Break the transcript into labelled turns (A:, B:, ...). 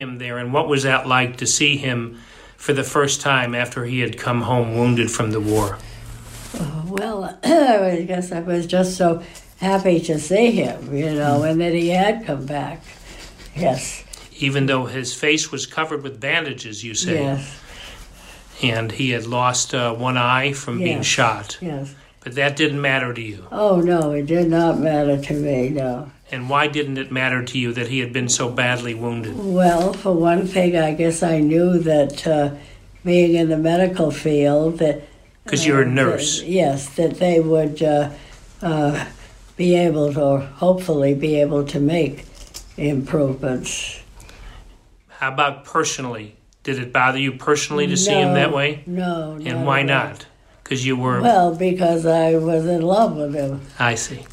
A: him there, and what was that like to see him for the first time after he had come home wounded from the war?
B: Oh, well, I guess I was just so happy to see him, you
A: Hmm.
B: know, and that he had come back. Yes,
A: Even though his face was covered with bandages, you say,
B: yes,
A: and he had lost uh, one eye from being
B: Yes.
A: shot,
B: yes.
A: but that didn't matter to you.
B: Oh, no, it did not matter to me, no.
A: And why didn't it matter to you that he had been so badly wounded?
B: Well, for one thing, I guess I knew that uh, being in the medical field, that
A: Because you're a
B: uh,
A: nurse.
B: that- yes, that they would uh, uh, be able to, or hopefully, be able to make improvements.
A: How about personally? Did it bother you personally to see him
B: No,
A: that way?
B: No.
A: And why
B: at all.
A: not? Because you were.
B: Well, because I was in love with him.
A: I see.